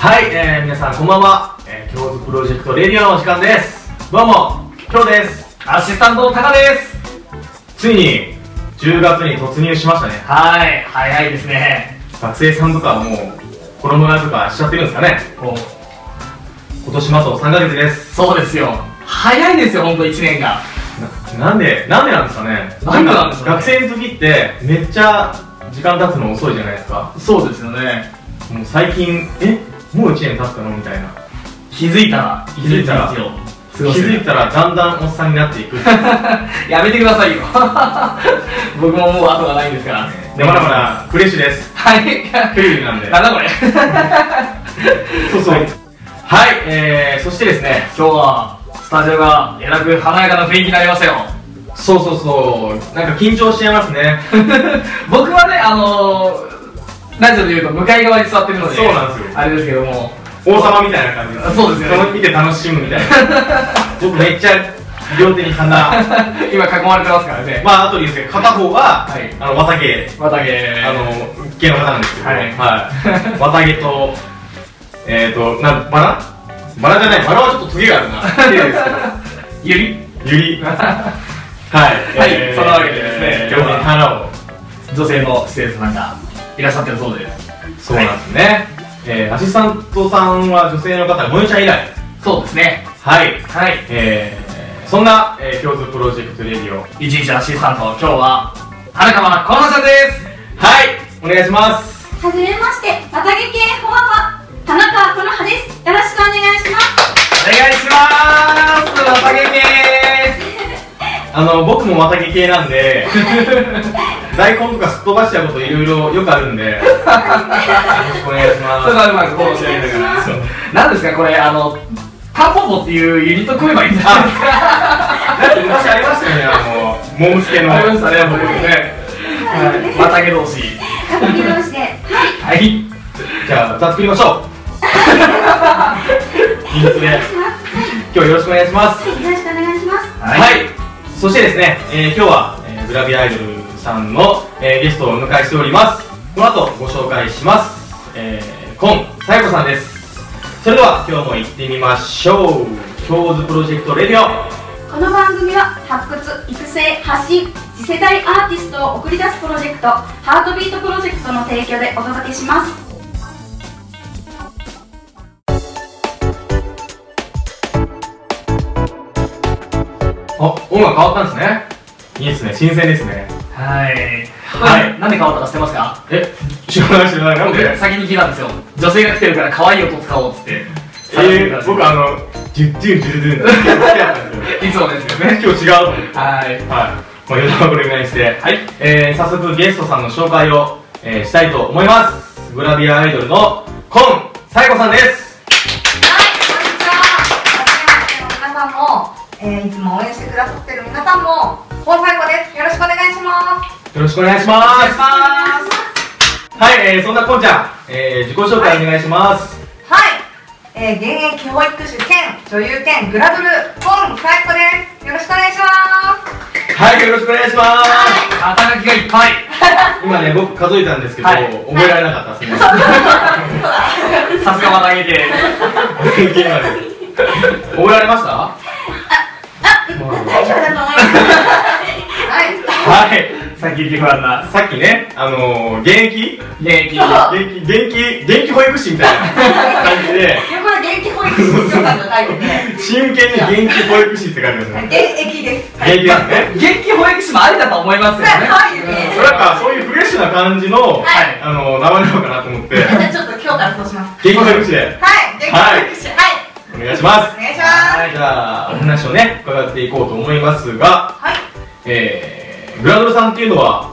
はい、えー、皆さんこんばんは、えー、京都プロジェクトレディオの時間ですどうも今日ですアシスタントのタカですついに10月に突入しましたねはい、早いですね。学生さんとかもう衣替えとかしちゃってるんですかねこう今年もあと3ヶ月ですそうですよ。早いですよ、ほんと1年が。ななんでなんでなんですかねなんでなんですかね学生の時ってめっちゃ時間経つの遅いじゃないですかそうですよね。もう最近えもう1年経ったのみたいな気づいたら、気づいたら一日を気過ごしてるづいたらだんだんおっさんになっていく やめてくださいよ。 僕ももう後がないんですから。でまだまだフレッシュですはい。フレッシュなんでなんだこれ。そうそうはい、えー、そしてですね今日は、スタジオがえらく華やかな雰囲気になりましたよ。そうそうそうなんか緊張しちゃいますね 僕はね、あのー、ラジオで言うと向かい側に座ってるので、そうなんですよあれですけども、 王様みたいな感じですそうですよね見て楽しむみたい な僕めっちゃ両手に花今囲まれてますからね。 まああとですね片方は、はいあの綿毛綿毛、あの系の方なんですけど、はい はい綿毛とえっ、ー、となバラバラじゃないバラはちょっとトゲがあるな 綺麗ですゆりけどゆ りはい、はいそんなわけでですね今日今日はは花を女性の施設さんがいらっしゃってるそうですそうなんですね、えーアシスタントさんは女性の方ごゆちゃん以来そうですねはいはいえー、そんな、えー、共通プロジェクトレディオ一日アシスタント今日は花川なこのちゃんですはいお願いしますはじめまして、またげ系フォアは田中このはです。よろしくお願いします。 お願いしますまたげ けあの僕も綿毛系なん で大根とかすっ飛ばしちゃうこといろいろよくあるん でよろしくお願いしそれまはうまくフォローしないといけないす何ですかこれあのタンポポっていうユニット組めばいいんじゃないですかだって昔ありましたよねあのモムスケのありましたね僕もねはいまたげ同士家族同士で、ははい、いじゃあ歌作りましょう いいですねします。は今日よろしくお願いしますい、よろしくお願いします。はい、そしてですね、えー今日は、えーグラビアアイドルさんの、えーゲストをお迎えしておりますこの後ご紹介しますえー、コンさやこさんですそれでは今日も行ってみましょう京ズプロジェクトレディオこの番組は発掘、育成、発信、次世代アーティストを送り出すプロジェクト、ハートビートプロジェクトの提供でお届けします。あ音楽変わったんですねいいですね新鮮ですねはいはいなんで変わったか知ってますかえ知らない知らないなん僕で先に聞いたんですよ女性が来てるから可愛い音使おうっつってえー、僕あのジュッジュッジュッジュッジュッってや ったんですよいつもですよね今日違うと思ってはいはい。まあ、夜中これぐらいにして、はい。えー、早速ゲストさんの紹介を、えー、したいと思います。グラビアアイドルのコンサイコさんです。はい、こんにちは。初めましての皆さんも、えー、いつも応援してくださってる皆さんも、本最後です。よろしくお願いします。よろしくお願いします。はい、えー、そんなコンちゃん、えー、自己紹介お願いします。はい、えー、現役保育士兼女優兼グラドル、本最後です。よろしくお願いします。はい、よろしくお願いします。肩書きがいっぱい今ね、僕数えたんですけど、はい覚えられなかったですね。さすがまたげて 覚えられました大丈夫だと思います。はい。はい。 先行き不安なさっきね、あのー、現役現役そう現役、現役、現役保育士みたいな感じで、横は現役保育士の方が書いてて、真剣に現役保育士って書いてますね。現役です。現役ですね。現役保育士もありだと思いますよねはいそうですねそれなんかそういうフレッシュな感じの、はいあの名前なのかなと思って、じゃあちょっと今日からそうします。元気保育士ではい、現役保育士。はい、お願いしますお。願いします。じゃあお話をね伺っていこうと思いますが、はい。えー、グラドルさんっていうのは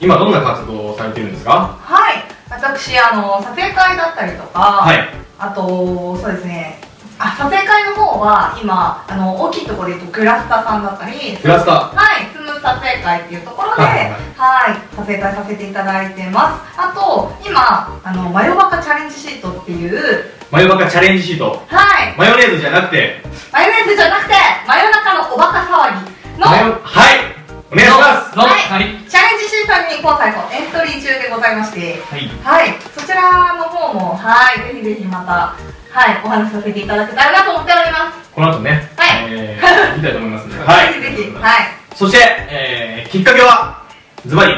今どんな活動をされてるんですか？はい、私あの撮影会だったりとか、はいあとそうですねあ撮影会の方は今あの大きいところで言うとグラスタさんだったりグラスタはいスムーズ撮影会っていうところではいはい、撮影会させていただいてますあと今あのマヨバカチャレンジシートっていうマヨバカチャレンジシート。はいマヨネーズじゃなくて、マヨネーズじゃなくて真夜中のおバカ騒ぎのマヨはいお願いします。のははいチャレンジシートさんに今回もエントリー中でございましてはいはい、そちらの方も、はい、ぜひぜひまた、はい、お話しさせていただけたらなと思っております。この後ね、はいえー、行きたいと思いますので、はぜひぜひ、はい。そして、えー、きっかけはズバリ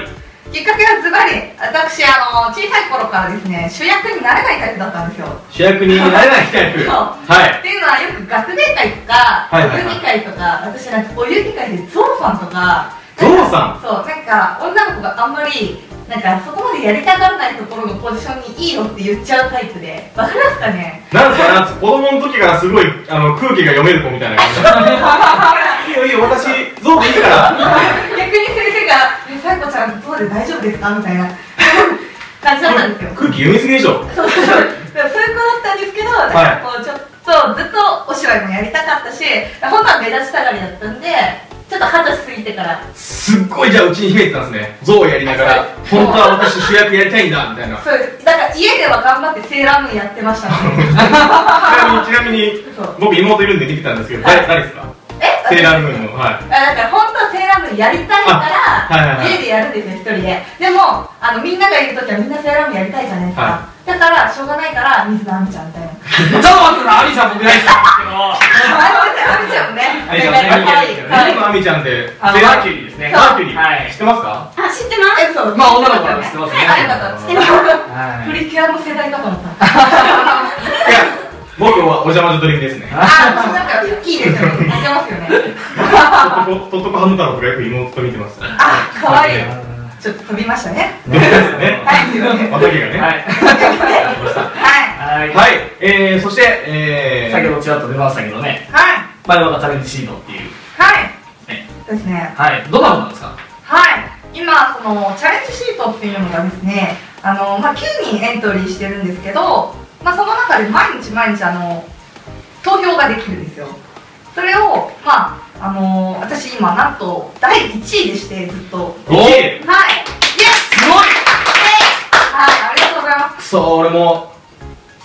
きっかけはズバリ、私、あの、小さい頃からですね、主役になれないタイプだったんですよ。主役になれないタイプそう はっていうのはよく学芸会とか、はいはいはいお遊戯会とか、私なんかお遊戯会でゾウさんとか、ゾウさんそう、なんか女の子があんまり、なんかそこまでやりたがらないところのポジションにいいよって言っちゃうタイプで、わかりますかねいなんすかなんすか子供の時からすごいあの空気が読める子みたいな感 じいいよいいよ私ゾウでいいから逆に先生が「えさいこちゃんどうで大丈夫ですか?」みたいな 感じだったんですよ空気読みすぎでしょそうそうそうそういう子だったんですけどなんかこうちょっとずっとお芝居もやりたかったし本番目立ちたがりだったんでちょっと二十歳過ぎてからすっごいじゃあうちに秘めてたんですねゾウをやりながら本当は私主役やりたいんだみたいなちそうですだから家では頑張ってセーラームーンやってましたのでなみにちなみにそう僕妹いるんで見てたんですけど誰誰ですかえセーラームーンのはいあだから本当はセーラームーンやりたいから、あはいはいはい家でやるんですよ一人ででもあのみんながいる時はみんなセーラームーンやりたいじゃないですか、はだからしょうがないから水野亜美ちゃんみたいなちょっと待ってください、アミさん僕大好きなんですけど。あ、みちゃんもね。あみちゃんもね可愛い僕みちはんもねいのアミちゃんってあの、セーラーマーキュリーですね。マーキュリー、はい知ってますかあ知ってますえ、そう。まあ女の子なんですけどねはい、あよかった。はプい。リキュアの世代かと思った。いや僕はお邪魔女ドリームですねあ、なんかいいですよね。似てますよね。トットコトットコハム太郎がよく妹と見てますあ、可愛いはちょっと飛びましたね。ドリームですねはい、すいません。またぎがねはい。はい。はい。はい、えー、そしてえー、先ほどちらっと出ましたけどね、はい。前のがチャレンジシードっていう。はい。ですね。はい。どんなものなんですかはい、今そのチャレンジシートっていうのがですねあの、まあ、9人エントリーしてるんですけど、まあ、その中で毎日毎日あの投票ができるんですよそれを、まあ、あの私今なんと第1位でしてずっとおはいーイエスすごいはいありがとうございますくそ俺も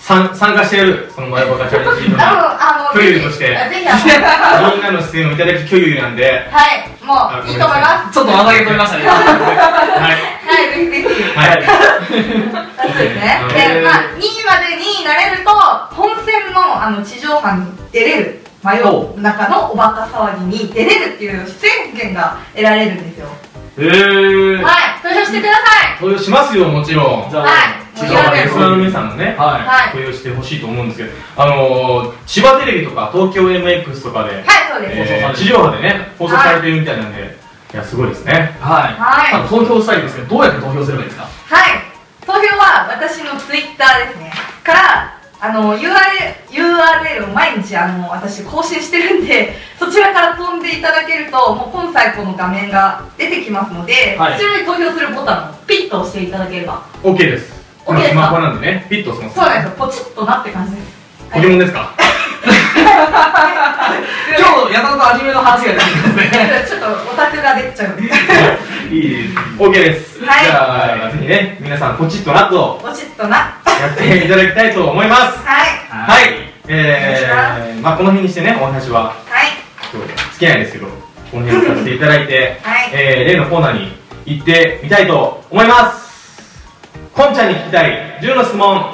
参参加してやるその前ボタチャレンジシートにあのあのプレイとしてあぜひあのみんなの出演をいただき共有なんではいもういいと思いまちょっとまたぎ飛びましたね。はいすはいぜひぜひはいそうですへね。ーで、まあ、2位までになれると、本戦のあの地上波に出れる、真夜中のおバカ騒ぎに出れるっていう出演権が得られるんですよ。えー。はい、投票してください。投票しますよもちろんじゃあ、はい千葉の盛りリ上スげナーの皆さんのねははい、投票してほしいと思うんですけどあのー、千葉テレビとか東京 MX とかで、はい、そうです。えー、地上波でね放送されてるみたいなんで、い、やすごいですねい。ははい、はいい。投票したいんですけど、どうやって投票すればいいですか。投票は私のツイッターですね。から、あの URL, URL を毎日あの私更新してるんで そちらから飛んでいただけるともう今回この画面が出てきますので、はいそちらに投票するボタンをピッと押していただければ OK ですオッケーですかスマホなんでねピッと押せそうますなんですよ、ポチッとなって感じです。ポケモンですか今日、やたらとアニメの話が出てきますね。ちょっとオタクが出ちゃうんで、いいです。 OK です、はいじゃあぜひね皆さんポチッとなッとポチッとな。やっていただきたいと思いますはい、はいい。えー、おまあこの辺にしてねお話ははい、今日で尽きないですけどこの辺にさせていただいて、はい、えー、例のコーナーに行ってみたいと思いますこんちゃんに聞きたい10の質問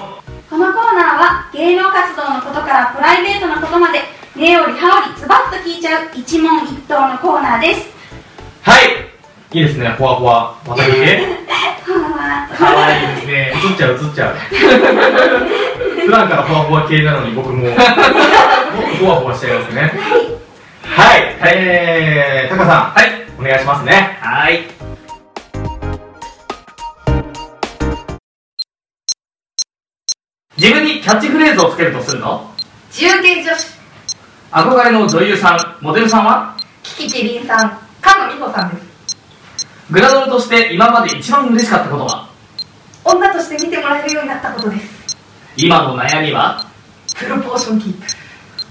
このコーナーは芸能活動のことからプライベートのことまで根より葉よりズバッと聞いちゃう一問一答のコーナーですはいいいですねほわほわまた見てはかわいいですね。映っちゃう映っちゃう普段からふわふわ系なのに僕も僕ふわふわしちゃいますねはいえー、タカさはい。んお願いしますねはい。自分にキャッチフレーズをつけるとすると自由形女子、憧れの女優さん、モデルさんはキキキリンさん、菅野美穂さんです。グラドルとして今まで一番嬉しかったことは女として見てもらえるようになったことです。今の悩みはプロポーションキープ。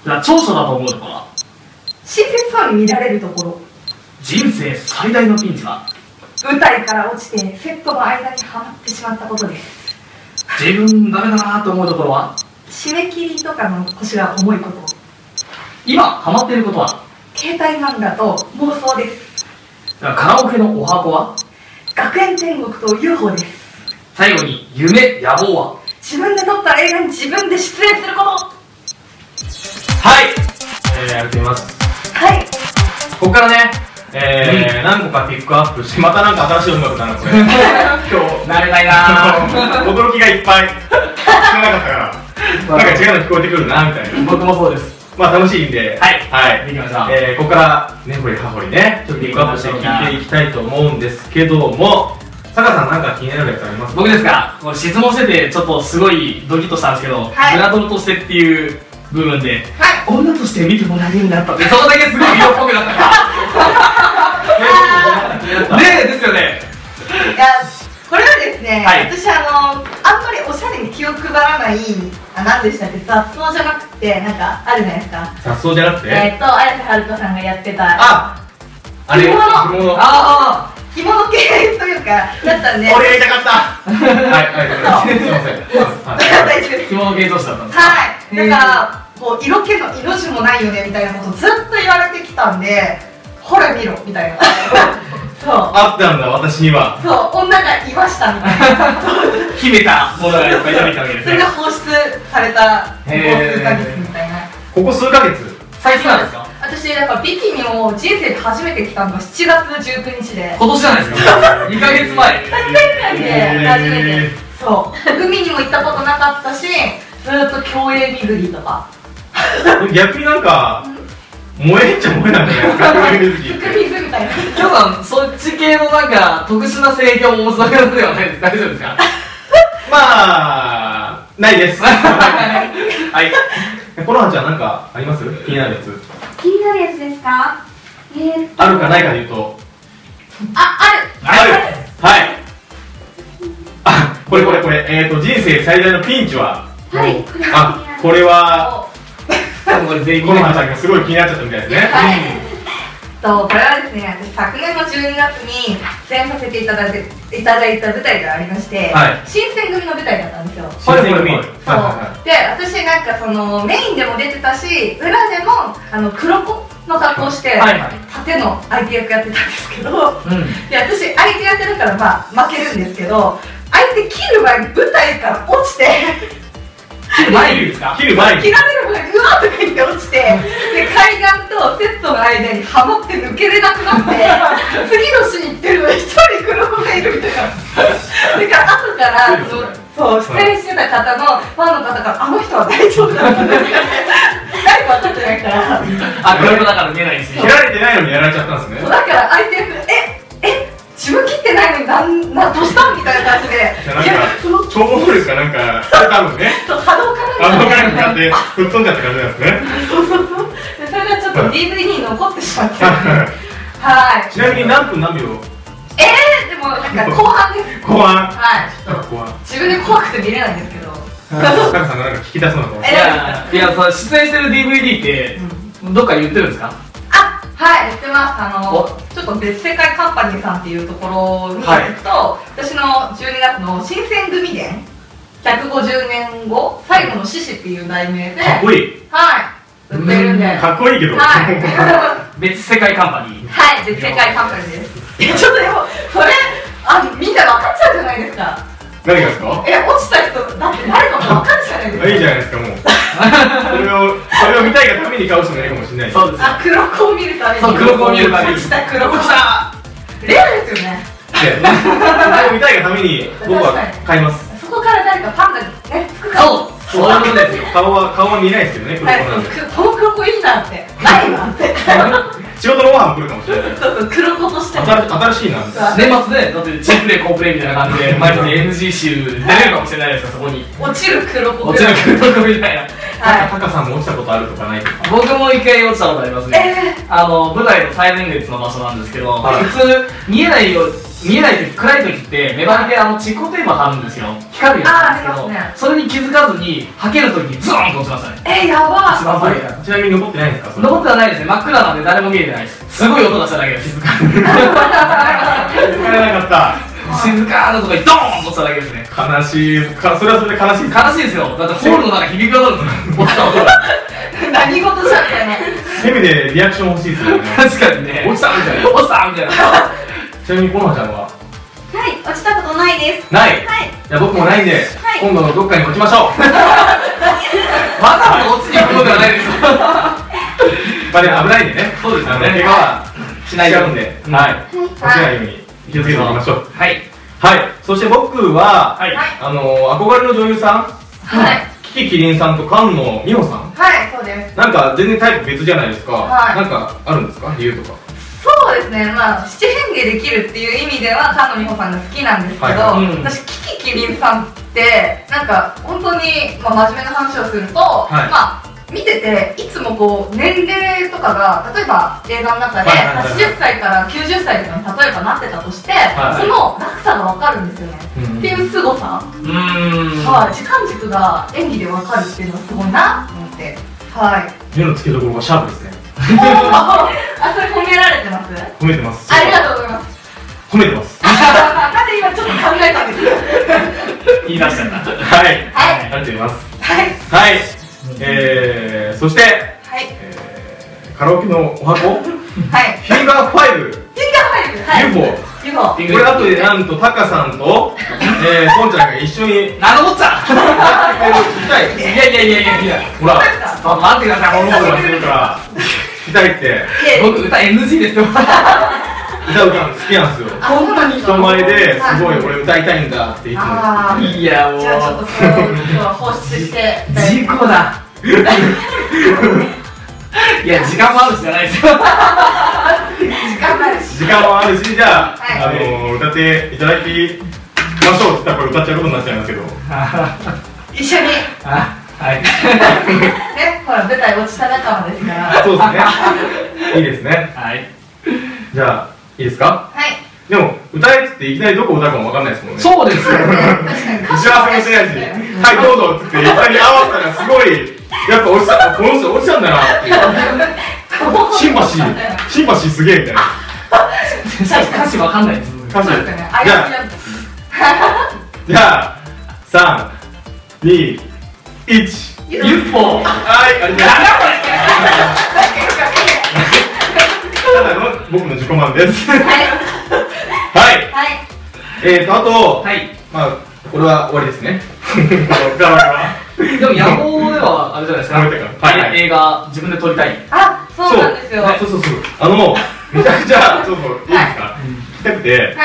じゃあ長所だと思うところは親切そうに見られるところ。人生最大のピンチは舞台から落ちて、セットの間にはまってしまったことです。自分ダメだなと思うところは締め切りとかの腰が重いこと。今ハマっていることは携帯漫画と妄想です。じゃあカラオケのお箱は学学園天国と UFO です最後に、夢、野望は自分で撮った映画に自分で出演することはい、えー、やってみます。はいここからね、えー、何個かピックアップして、またなんか新しい音楽だな、 これ。今慣れない日、なぁ。驚きがいっぱい。聞かなかったから、なんか違うの聞こえてくるな、みたいな。 僕もそうです。まあ楽しいんで、はいはい、できましたえーここから根掘り葉掘りね、ちょっとピックアップして聞いていきたいと思うんですけども、坂さんなんか気になるやつありますか？僕ですか、これ質問してて、ちょっとすごいドキッとしたんですけど、はいブラドルとしてっていう部分で、はい女として見てもらえるようになったって、そこだけすごい色っぽくなったから。ねえ、ですよね。いやこれはですね、はい私あのあんまりおしゃれに気を配らないあ何でしたっけ雑草じゃなくてなんかあるじゃないですか雑草じゃなくて、えっ、と綾瀬はるかさんがやってたあ、あれ、着物着物あ着物系というかだったんで俺やりたかった。はいはい、すみません。 は大い丈夫あ、です着物系女子だったんですか。はいだからこう色気の色地もないよねみたいなことずっと言われてきたんでほら見ろみたいなそうあったんだ私には。そう女がいましたみたいな秘めたものがいっぱい食べたわけですそれねが。放出されたここへー数ヶ月みたいなここ数ヶ月。最近なんですか私だからビキニを人生で初めて着たのが7月19日で今年じゃないですか。2ヶ 月前。 3回ぐらいで初めて、へそう海にも行ったことなかったしずーっと競泳巡りとか逆になんか燃えんじゃ燃えないじゃないですか。 福水みたいなきょうさん、そっち系のなんか、特殊な性格をお持ちの方ではないです。大丈夫ですかまあないです。はい。コロナちゃんなんかあります？気になるやつ。気になるやつですかえー、あるかないかで言うと。あ、あるある。はい。あ、これこれこれ。えっ、と人生最大のピンチは。はい、これあ、これれは多分これ全員コロナちゃんがすごい気になっちゃったみたいですね。はいそうこれはですね私昨年の12月に出演させていただいていただいた舞台がありまして、はい新選組の舞台だったんですよ新選組。はいはいそう で私なんかそのメインでも出てたし裏でもあの黒子の格好して、はいはい。盾の相手役やってたんですけどうん。で私相手やってるからまあ負けるんですけど相手切る前に舞台から落ちて切る前にですか切る前に切。られる前にうわーとか言って落ちてで海岸とセットの間にハマって抜けれなくな って次のシーン行ってるのに一人黒子がいるみたい なだから後からそのそう出演してた方のファンの方から「あの人は大丈夫だったんですね」誰も分かってないからあ、黒子だから見えないし。切られてないのにやられちゃったんですそうね。だから相手役がええ自分切ってないのになんなどうしたみたいな感じでいいやなんかやその超能力かなんか、多分ね、ちょっと波動かあなんのか回に向かって吹っ飛んじゃった感じなんですね。でそれがちょっと DVD に残ってしま ってはいちなみに何分何秒えー、でもなんか後半です後半はいちょっと後半。自分で怖くて見れないんですけどタカさんがなんか聞き出そうなと思いや、いや、その出演してる DVD って、どっか言ってるんですかあはい言ってますあのおちょっと別世界カンパニーさんっていうところにはい行くと、私の12月の新選組伝150年後最後の獅子っていう題名でかっこいい。はい売ってるんでうんはかっこいいけど。い別世界カンパニー。はい、で世界カンパニーです。いや、ちょっとでも、それ、あの、みんな分かっちゃうじゃないですか。何がですかえ、落ちた人、だって誰かも分かるじゃないいいでじすか。ゃないですか、もう。それを、それを見たいがために買う人もいるかもしれないし。そうですよ。あ、黒子を見るために。そう、黒子を見るために。落ちた黒子落ちたレアですよね。でそれを見たいがために、僕は買います。そこから誰かファンがね、つくかそうそういうことですよ。顔は、顔は見ないですけどね、黒子はい、なんで。そうこの黒子いいなって。ないわって。仕事のご飯来るかもしれない。そうそう、黒子として。新新しいな、みたいな。年末で、だってチープレイ、コープレイみたいな感じで、毎日 NG 集出れるかもしれないですよ、そこに。落ちる黒子。落ちる黒子みたいな。はい。タカさんも落ちたことあるとかないとか。僕も一回落ちたことありますね。えあの舞台の最前列の場所なんですけど、はい普通見えないよ見えない時暗い時って目張りであのチッコテーマ貼るんですよ光るやつあーあなんですりけどますねそれに気づかずにはける時にズーンと落ちましたねー、えー、やば一 番最後ちなみに残ってないんですかそれ残ってはないですね真っ暗なんで誰も見えてないですすごい音がしただけ です静か残れなかっなとこにドーンと落ちただけですねた。悲しい。かそれはそれで悲しいです。悲しいですよだってホールの中響き渡るんですよ落ちた音が何事じゃったね。せめてリアクション 欲しいですよね。 確かにね落ちたみたいな落ちたみたいなちなみにコロナちゃんははい、ですないはいいや僕もないんで、はい今度のどっかに置きましょうまだまだ落ちていくことではないですよまあね危ないんでねそうですよねあの怪我はしないしちゃようにうんでははいいはい落ちないように気をつけていきましょうはいはいそして僕は、はいはいあの憧れの女優さはいんキキキリンさんと菅野美穂さんはい、そうです。なんか全然タイプ別じゃないですか、はいなんかあるんですか理由とかそうですね、まあ、七変化できるっていう意味では、菅野美穂さんが好きなんですけど、はいうん私、キキキリンさんって、なんか、本当に、まあ、真面目な話をすると、いまあ、見てて、いつもこう、年齢とかが、例えば映画の中で、はいはいはい80歳から90歳とかに例えばなってたとして、はいその落差がわかるんですよね。っていう凄さ、うーんはい、時間軸が演技でわかるっていうのはすごいなと思って、 はい。目の付けどころがシャープですねあ、それ褒められてます褒めてますありがとうございます。褒めてますなんで今ちょっと考えたんですよ。言い出したんだはいはいありがとうございますはい。はい、えー、そして、はい。えー、カラオケのお箱フはい。ィンガーファイブピンカーファイブ。はい。 UFO ユボ。これ後でなんとタカさんと、えー、ポンちゃんが一緒にやってるなるほどっちゃ機械いやいやいやいやいやほらちょっと待ってください物事がしてるから歌いって僕歌 NG ですよ歌うの好きなんですよ本当に人前ですごい俺歌いたいんだっていつもあ言っていやじゃあちょっもうとそれを今日は放出して。事故だ いや時間もあるしじゃないですよ時間ないし。時間もあるしじゃあ、はあの歌っていただきましょうって言ったらこれ歌っちゃうことになっちゃいますけど一緒に。あはいね、ほら舞台落ちた仲間ですから。はい。そうですねいいですねはいじゃあいいですかでも歌えっつっていきなりどこ歌うかもわかんないですもんねそうですよ打ち合わせもしてないし「はいどうぞ」っつっていきなり合わせたらすごいやっぱ落ちたこの人落ちたんだなっていうシンパシーシンパシーすげえみたいな歌詞わかんないです感じそでうでじすよね。ゃあやあじゃあ321 UFO はいありがとうございますはただの僕の自己満です。はい。い。えーと、あと、はいまあ、これは終わりですね。頑張でも野望ではあれじゃないですか覚えてるからはい映画自分で撮りたいあ、そうなんですよ。はい。そうそうそう。あの、めちゃくちゃ、ちょっといいですか、聞きたくて、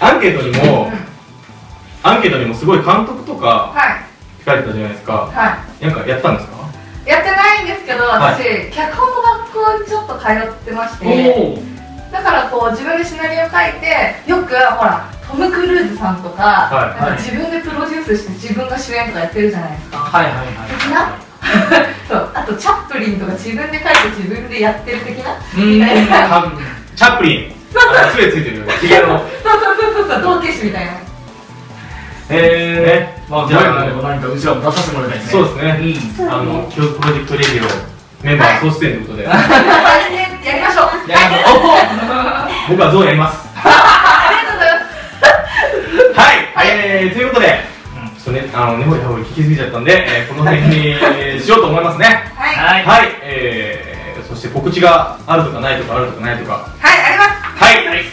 アンケートにも、アンケートにもすごい監督とかはい。書かれてたじゃないですか。はい。なんかやったんですかやってないんですけど、は私、脚本の学校にちょっと通ってまして、おおだからこう自分でシナリオ書いて、よくほら、トム・クルーズさんとか、はいなんはいか自分でプロデュースして自分が主演とかやってるじゃないですか。はいはいはい的な そうあとチャップリンとか自分で書いて自分でやってる的なうーん多分チャップリン。つえついてるよね。ひげの。そうそうそうそうそう道化師みたいなえー、まあ、じじゃあゃあ、何かうちらも出させてもらいたいですね。そうですね。す。あの、記憶プロジェクトレディオメンバー総出演ということで、あれでやりましょうはいん。やあり僕がとうはゾウやり ます。ございますはい、えー、ということで、ちょっとね、あの、ねほりはほり聞きすぎちゃったんで、えーこの辺にえーしようと思いますね。はいはいはい。はい。はい、えー、そして告知があるとかないとかあるとかないとか。ありますはい、はい、はい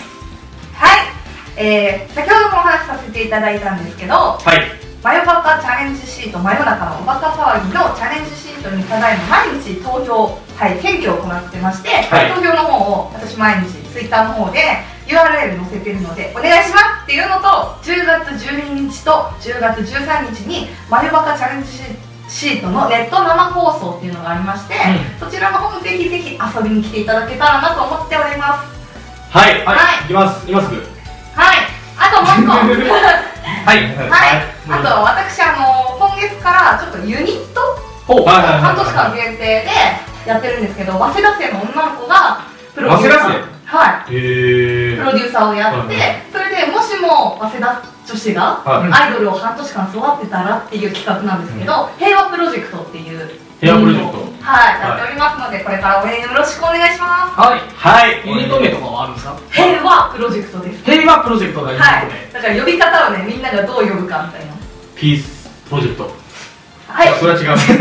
えー、先ほどもお話しさせていただいたんですけどマヨパパチャレンジシート真夜中のおバカ騒ぎのチャレンジシートにただいま毎日投票、はい、選挙を行ってまして、はい投票の方を私毎日ツイッターの方で URL 載せてるのでお願いしますっていうのと10月12日と10月13日にマヨバカチャレンジシートのネット生放送っていうのがありまして、そちらの方もぜひぜひ遊びに来ていただけたらなと思っておりますはい、はいいきます、今すぐ。はいあともう 一個はい。はい、あと私あの今月からちょっとユニットほう。はい、はい、半年間は限定でやってるんですけど早稲田生の女の子がプロデューサ早稲田ーはいい。えプー、ロデューサーをやって、はいはそれでもしも早稲田女子がはい、アイドルを半年間育てたらっていう企画なんですけど、平和プロジェクトっていうヘアプロジェクト。はい、はいやっておりますのでこれから応援よろしくお願いしまはい。はい、ユニット名とかはあるんですかす平和プロジェクトです平和プロジェクトがユニはットいだから呼び方をねみんながどう呼ぶかみたいなピースプロジェクト。はいあそれは違う。なんかちょっ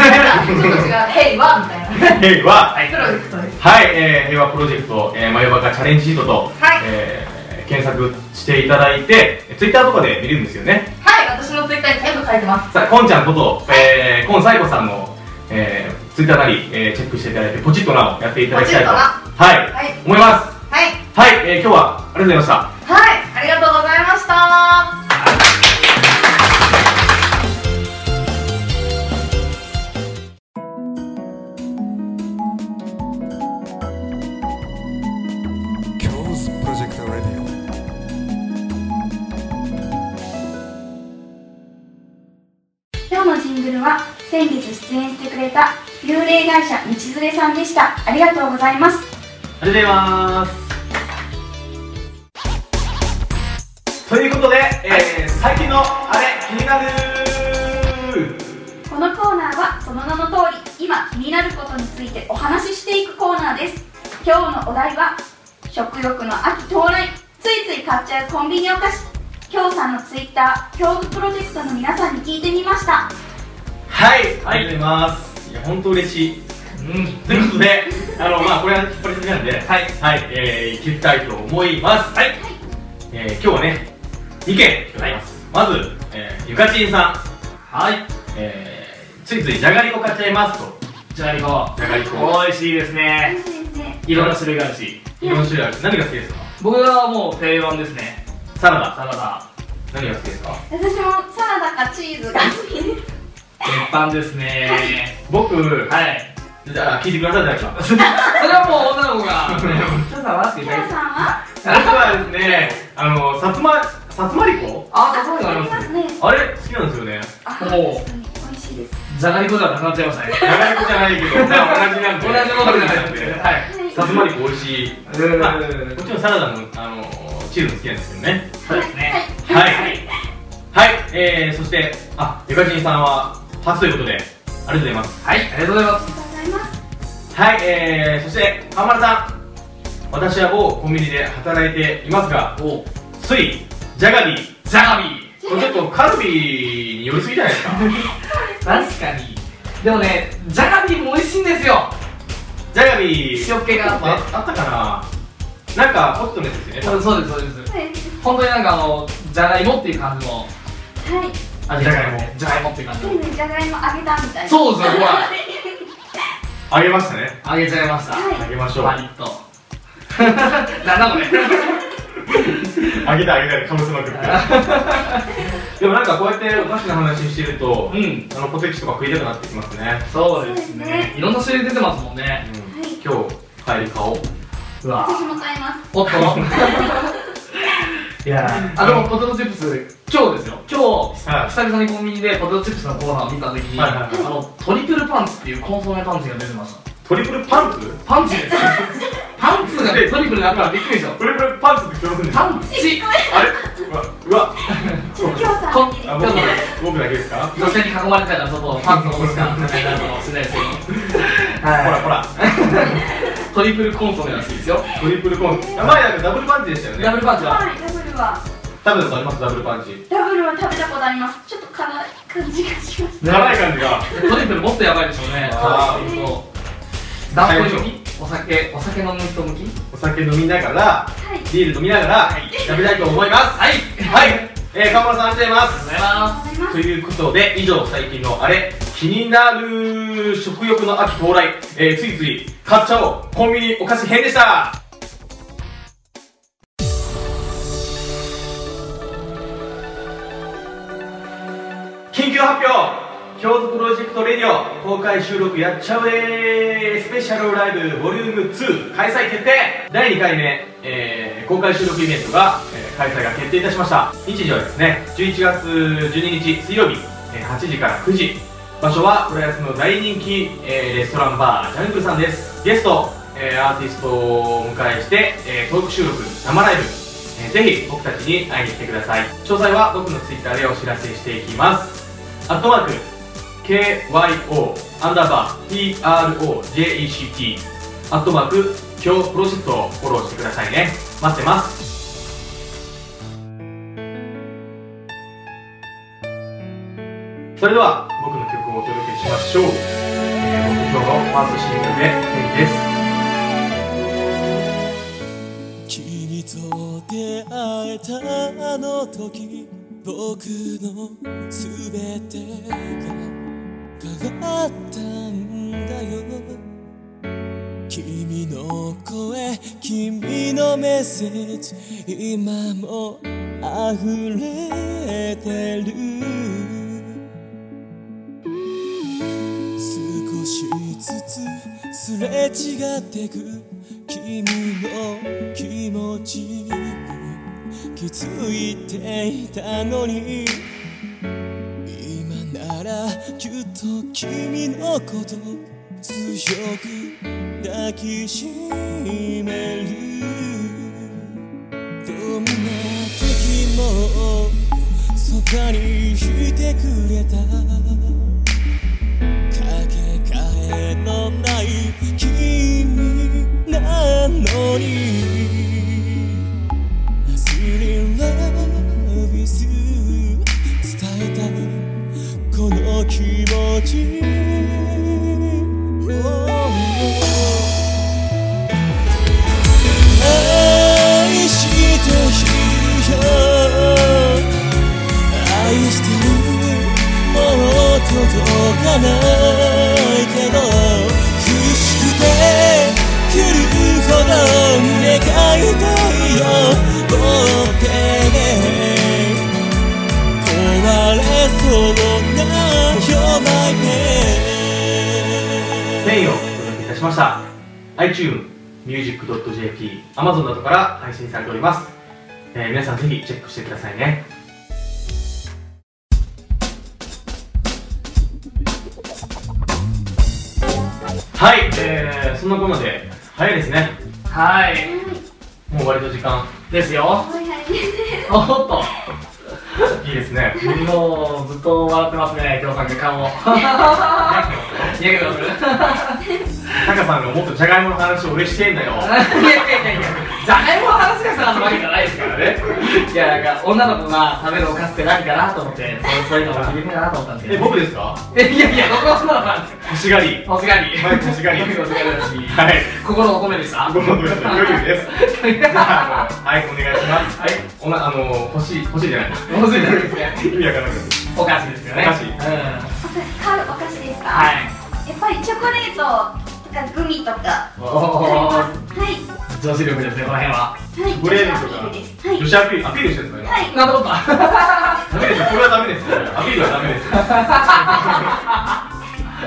と違う平和みたいな平和。プロジェクトですはい、えー、平和プロジェクト、えー、マヨバカチャレンジシートと、はいえー、検索していただいて、ツイッターとかで見れるんですよね。はい、私のツイッターに全部書いてます。さあ、こんちゃんこと、えー、こんさいこさんの、えー、ツイッターなり、えー、チェックしていただいて、ポチッとなをやっていただきたいと、ポチはい、はい、思います。はい、はい、えー今日はありがとうございました。はい、ありがとうございました。 Kills Project Radio. す今日のジングルは先月出演してくれた幽霊会社道連れさんでしたありがとうございますありがとうございます。ということで、えー最近のあれ気になるこのコーナーはその名の通り今気になることについてお話ししていくコーナーです今日のお題は食欲の秋到来ついつい買っちゃうコンビニお菓子きょうさんのツイッターきょうプロジェクトの皆さんに聞いてみましたはい、はいありがとうございます。いや本当嬉しい。うん、ということ で、あのまあこれは引っ張りすぎなんで、はい、はい、えー、行きたいと思います。はい、えー、今日はね、二件ございます。まず、えー、ゆかちんさん、はいえー、ついついじゃがりこ買っちゃいますと、じゃがりこじゃがりこ美味しいです嬉ねしいですねいろんな種類があるしいろんな種類ある。何が好きですか？僕はもう定番ですねサラダ。サラダ何が好きですか？私もサラダかチーズが好きです鉄板ですね僕、はいじゃあ聞いてくださいじゃないですか。それはもう女の子がちょっと話してきいょただういてさんは僕はですね、あのさつまさつまりこ、あそういうのありりまますすねねあれ好きなんですよね。あお確かに美味しいですじゃがりこではなくなっちゃいましたねじゃがりこじゃないけど、まあ同じなんで。同じものじゃないですねで。はいはいさつまりこ美味しい。うーんまあもちろんサラダもあのチーズも好きなんですけどね。そうですねはいはい、えー、そしてあゆかちんさんは初ということでありがとうございます。はいありがとうございまあすりがとうございますはい、えー、そして浜田さん。私は某コンビニで働いていますが、おついじゃがりじゃがみこれちょっとカルビに寄りすぎじゃない ですか確かにでもねじゃがみも美味しいんですよジャガビー塩気があってあったかななんかホットネスですよねそうそうですそうですそうです本当になんかあのじゃがいもっていう感じのはい味ですよねじゃがいもっていう感じつのいにじゃがいも揚げたみたいなそうですよほらあげましたねあげちゃいましたはいあげましょうパあリッと なんだこれげたあげたでかぶせま くってでもなんかこうやってお菓子の話してるとうんあのポテチとか食いたくなってきますね、そううでですすねねいろんな種類出てますもんねうんはい今日帰り買おううわ私も買いますおっといやーあでもポテトチップス今日ですよ今日はい久々にコンビニでポテトチップスのコーナーを見た時にはいあはいはいのトリプルパンツっていうコンソメパンチが出てましたトリプルパンツパンチですパンツがトリプルだからびっくりしたトリプルパンツって聞こえませんでしたパンチあれうわうわそう 今日さこんあ僕だけ僕だけですか女性に囲まれてたからちょっとパンツの欲しかったみたいなのかもしれないですけどほらはほらいトリプルコンソメらしいですよトリプルコンツあ前なんかダブルパンチでしたよダブねルパンチははいダブル食べたこはとありますダブルパンチダブルは食べたことありますちょっと辛い感じがします辛い感じがトリプルもっとやばいでしょうねあーそう男性向きお酒お酒飲む人向きお酒飲みながらはいビール飲みながら食べたいと思いますはいはありがい、えー、河村さんありがとうございまとうすございまありがとうございますということで以上最近のあれ気になる食欲の秋到来、えー、ついつい買っちゃおうコンビニお菓子編でした緊急発表京都プロジェクトレディオ公開収録やっちゃうでースペシャルライブボリューム2開催決定第2回目、えー公開収録イベントが、えー開催が決定いたしました日時はですね11月12日水曜日、えー8時から9時場所は浦安の大人気、えーレストランバージャングルさんですゲスト、えーアーティストをお迎えして、えートーク収録生ライブえーぜひ僕たちに会いに来てください詳細は僕の Twitter でお知らせしていきますアットマーク KYO アンダーバー PROJECT アットマーク今日プロジェクトをフォローしてくださいね待ってますそれでは僕の曲をお届けしましょう、えー僕今日のファーストシングルで「天気です君と出会あの時僕の全てが変わったんだよ君の声君のメッセージ今も溢れてる少しずつすれ違ってく君の気持ちに気づいていたのに今ならきっと君のこと強く抱きしめるどんな時もそばにいてくれたかけがえのない君なのに I still love you 伝えたいこの気持ち Oh 愛してるよ愛してるもう届かないけど苦しくて来るほど願いたいよもう手で壊れそうな You're my babe ペイをお届けいたしました iTunemusic.jp、Amazon などから配信されております、えー皆さんぜひチェックしてくださいねはい、えー、そんなこんなで早いですねはいもう終わりの時間ですよはいはいおっといいです ねもうずっと笑ってますね、きょうさんが顔を。いやけど、いタカさんがもっとじゃがいもの話を俺してんだよやいやいや、じゃがいもの話がさ、あのわけじゃないですからね。いや、なんか女の子が食べるおかずって何かなと思って、そうそういうのを決めたいなと思ったんですけえど。僕ですかえ、いやいや、僕はそうなのか欲しがりな。欲しがり。はい欲しがり欲しがりだし。はい心お米でした。ごめんなさい余裕ですす。じゃああのはいお願いしますはい。おなあの欲しい欲しいじゃないもうすぐですね。意味わからなくお菓子ですよね。お菓子うん。買うお菓子ですか、はい。やっぱりチョコレートとかグミとかおはお、い女子力ですね、この辺は。はいチョコレートと女子かアピールですはい女子アピールアピールしてるんですかはいなんてことだ。今ダメですよこれはダメですよアピールはダメですよ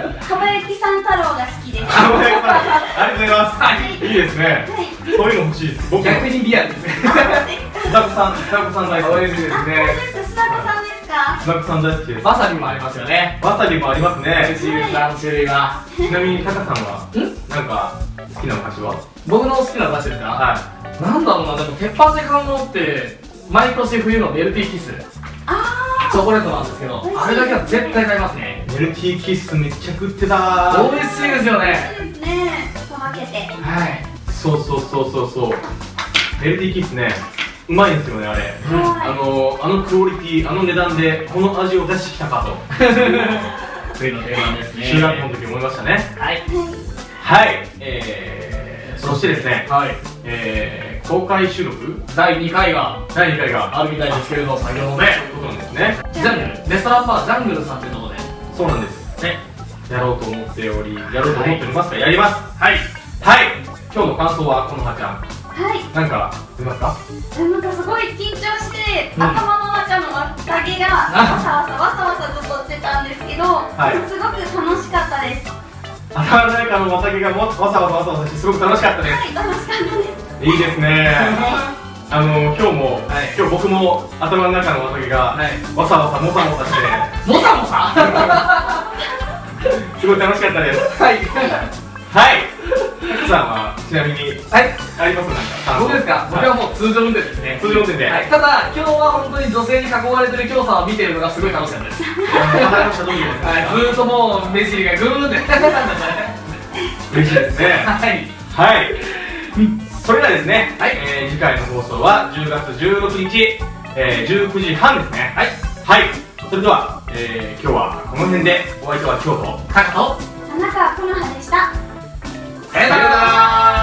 かば焼きさん太郎が好きですあはごめんなさいありがとうございます、い、いですねいそういうの欲しいです僕も逆にリアル ですね。スタッフさんスタッフさん大好きですですあ、そう。ですかスタッフさんですかスタッフさん大好きですわさびもありますよね。わさびもありますねチーズの種類は。ちなみにタカさんはんなんか好きなお菓子は僕の好きなお菓子ですか。はなんだろうな、でも鉄板で買うのって、毎年冬のメルティーキス。あチョコレートなんですけど、あれだけは絶対買いますね。いメルティーキッスめっちゃ食ってたー美味しいですよあね。そうですねおまけてはい。そうそうそうそうそうメルティーキッスねうまいんですよねあれはいあのあのクオリティあの値段でこの味を出してきたかと冬の定番ですね。中学校の時思いましたねはい。はいえー、そしてですねはい。えー、公開収録第2回が第2回がああるみたいですけれど、先ほどるね。ということなんですねジャングル、レストランバージャングルさんってとこで。そうなんですね。やろうと思っておりやろうと思っておりますが、やりますはい。はい今日の感想はこのはちゃんはいなんかありますかなんかすごい緊張して、うん頭の中の輪っかけがわさわさわさわさずっとしてたんですけど、いすごく楽しかったです。は頭の中のわたげがもわさわさわさわさしてすごく楽しかったですい、楽しかったです。いいですねあの今日も、はい今日僕も頭の中のわたげが、はいわさわさもさもさ してもさもさ。すごい楽しかったですはい。はいたくさんはちなみにはい。ありますなんか感想僕ですか、僕はもう通常運転ですね通常運転ではい、ただ今日は本当に女性に囲まれてる京さんを見てるのがすごい楽しかったですはいわかりましたどうぞはいずーっともう目尻がグーンって嬉しいですねはいはい、それではですね、はいえー次回の放送は10月16日、えー19時半ですねはいはいそれでは、えー今日はこの辺でお相手は京都高野田中このはでした。さよなら